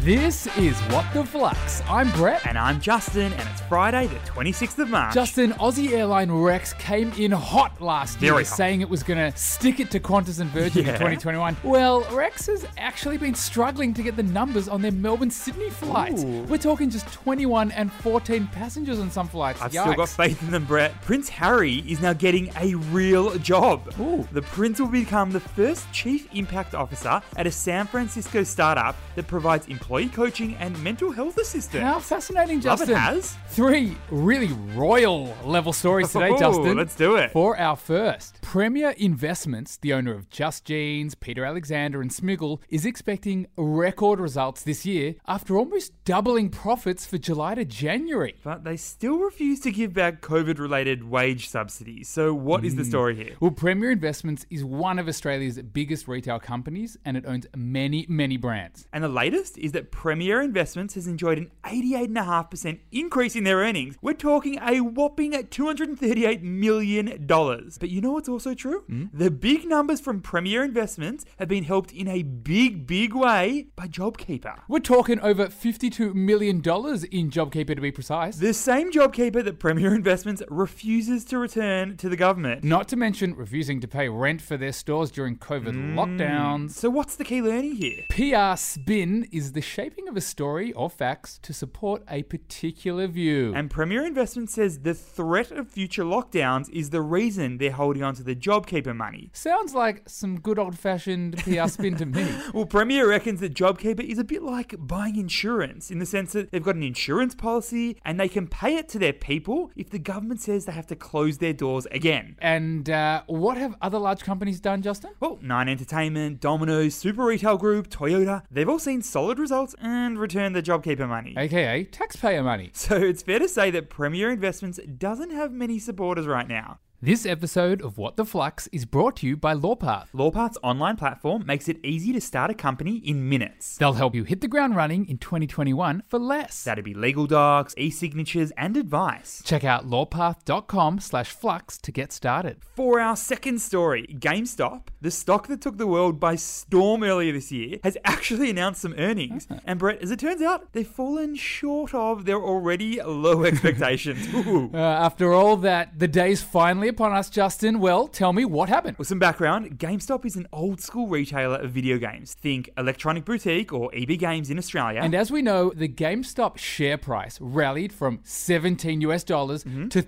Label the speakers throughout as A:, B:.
A: This is What the Flux. I'm Brett.
B: And I'm Justin, and it's Friday, the 26th of March.
A: Justin, Aussie airline Rex came in hot last year
B: Very hot.
A: saying it was going to stick it to Qantas and Virgin in
B: Yeah.
A: 2021. Well, Rex has actually been struggling to get the numbers on their Melbourne Sydney flights.
B: Ooh.
A: We're talking just 21 and 14 passengers on some flights.
B: I've still got
A: Yikes.
B: faith in them, Brett. Prince Harry is now getting a real job.
A: Ooh.
B: The prince will become the first chief impact officer at a San Francisco startup that provides employee coaching and mental health assistance.
A: How fascinating,
B: Love it
A: Justin.
B: has.
A: Three really royal level stories today,
B: Ooh,
A: Justin.
B: let's do it.
A: For our first, Premier Investments, the owner of Just Jeans, Peter Alexander, and Smiggle, is expecting record results this year after almost doubling profits for July to January.
B: But they still refuse to give back COVID related wage subsidies. So, what is the
A: Mm.
B: story here?
A: Well, Premier Investments is one of Australia's biggest retail companies and it owns many, many brands.
B: And the latest is that Premier Investments has enjoyed an 88.5% increase in their earnings. We're talking a whopping $238 million. But you know what's also true? The big numbers from Premier Investments have been helped in a big, big way by JobKeeper.
A: We're talking over $52 million in JobKeeper to be precise.
B: The same JobKeeper that Premier Investments refuses to return to the government.
A: Not to mention refusing to pay rent for their stores during COVID lockdowns.
B: So, what's the key learning here?
A: PR spin is the shaping of a story or facts to support a particular view.
B: And Premier Investments says the threat of future lockdowns is the reason they're holding on to the JobKeeper money.
A: Sounds like some good old fashioned PR spin to me.
B: Well, Premier reckons that JobKeeper is a bit like buying insurance in the sense that they've got an insurance policy and they can pay it to their people if the government says they have to close their doors again.
A: And uh, what have other large companies done, Justin?
B: Well, Nine Entertainment, Domino's, Super Retail Group, Toyota, they've all seen solid results and returned the JobKeeper money.
A: AKA taxpayer money.
B: So it's fair to say that Premier Investments doesn't have many supporters right now.
A: This episode of What the Flux is brought to you by Lawpath.
B: Lawpart's online platform makes it easy to start a company in minutes.
A: They'll help you hit the ground running in 2021 for less.
B: That'd be legal docs, e-signatures, and advice.
A: Check out lawpath.com slash flux to get started.
B: For our second story, GameStop, the stock that took the world by storm earlier this year, has actually announced some earnings.
A: Uh-huh.
B: And Brett, as it turns out, they've fallen short of their already low expectations. Ooh.
A: Uh, after all that, the day's finally upon us, Justin. Well, tell me what happened.
B: Well, some background GameStop is an old school retailer of video games. Think Electronic Boutique or EB Games in Australia.
A: And as we know, the GameStop share price rallied from 17 US dollars
B: Mm-hmm.
A: to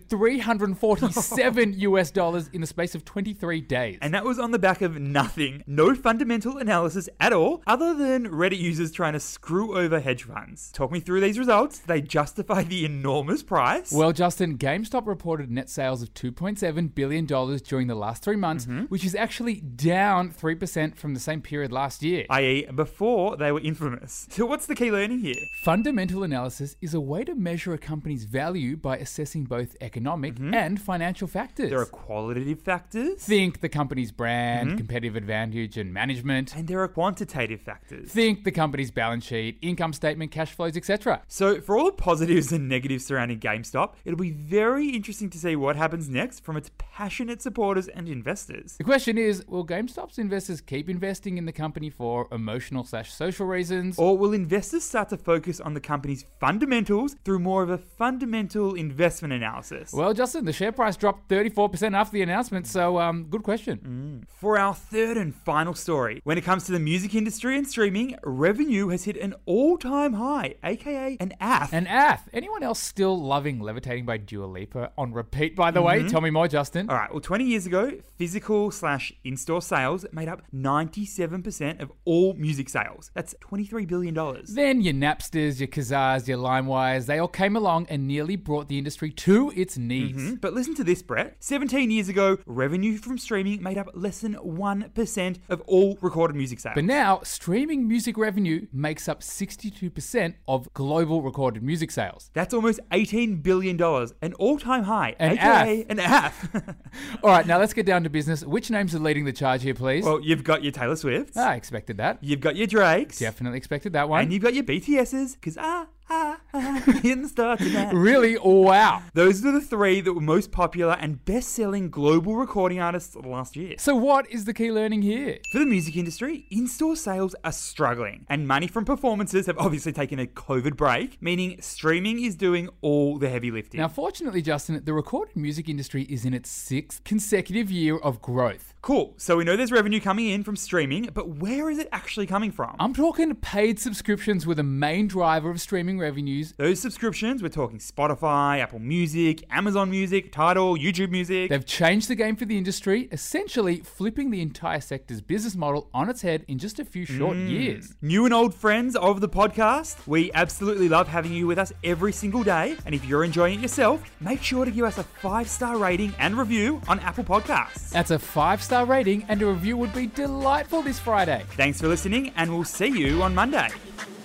A: 347 US dollars in the space of 23 days.
B: And that was on the back of nothing. No fundamental analysis at all, other than Reddit users trying to screw over hedge funds. Talk me through these results. They justify the enormous price.
A: well, Justin, GameStop reported net sales of $2.7 billion during the last three months,
B: Mm-hmm.
A: which is actually down 3% from the same period last year.
B: i.e., before they were infamous. So, what's the key learning here?
A: Fundamental analysis is a way to measure a company's value by assessing both economic and financial factors.
B: Mm-hmm. There are qualitative factors,
A: Think the company's brand, competitive advantage, and management.
B: and there are quantitative factors.
A: think the company's balance sheet, income statement, cash flows, etc.
B: So, for all the positives and negatives surrounding GameStop, it'll be very interesting to see what happens next from its passionate supporters and investors.
A: The question is, will GameStop's investors keep investing in the company for emotional slash social reasons?
B: Or will investors start to focus on the company's fundamentals through more of a fundamental investment analysis?
A: Well, Justin, the share price dropped 34% after the announcement, so um, good question.
B: For our third and final story, when it comes to the music industry and streaming, revenue has hit an all time high, aka an AF.
A: And Ath, anyone else still loving Levitating by Dua Lipa on repeat, by the way? Tell me more, Justin.
B: All right, well, 20 years ago, physical slash in store sales made up 97% of all music sales. That's $23 billion.
A: Then your Napsters, your Kazars, your LimeWires, they all came along and nearly brought the industry to its knees.
B: Mm-hmm. But listen to this, Brett. 17 years ago, revenue from streaming made up less than 1% of all recorded music sales.
A: But now, streaming music revenue makes up 62% of global recorded music sales.
B: That's almost $18 billion, an all time high,
A: An
B: aka an AF.
A: All right, now let's get down to business. Which names are leading the charge here, please?
B: well, you've got your Taylor Swifts,
A: Ah, I expected that.
B: you've got your Drakes,
A: Definitely expected that
B: and
A: one.
B: you've got your BTSs, because ah, ah, in the star tonight.
A: Really? Wow.
B: Those are the three that were most popular and best selling global recording artists last year.
A: So, what is the key learning here?
B: For the music industry, in store sales are struggling, and money from performances have obviously taken a COVID break, meaning streaming is doing all the heavy lifting.
A: Now, fortunately, Justin, the recorded music industry is in its sixth consecutive year of growth.
B: cool, so we know there's revenue coming in from streaming, but where is it actually coming from?
A: I'm talking paid subscriptions were the main driver of streaming revenues.
B: Those subscriptions, we're talking Spotify, Apple Music, Amazon Music, Tidal, YouTube Music.
A: They've changed the game for the industry, essentially flipping the entire sector's business model on its head in just a few short years.
B: New and old friends of the podcast, we absolutely love having you with us every single day. And if you're enjoying it yourself, make sure to give us a five star rating and review on Apple Podcasts.
A: That's a five star rating, and a review would be delightful this Friday.
B: Thanks for listening, and we'll see you on Monday.
C: Thank you.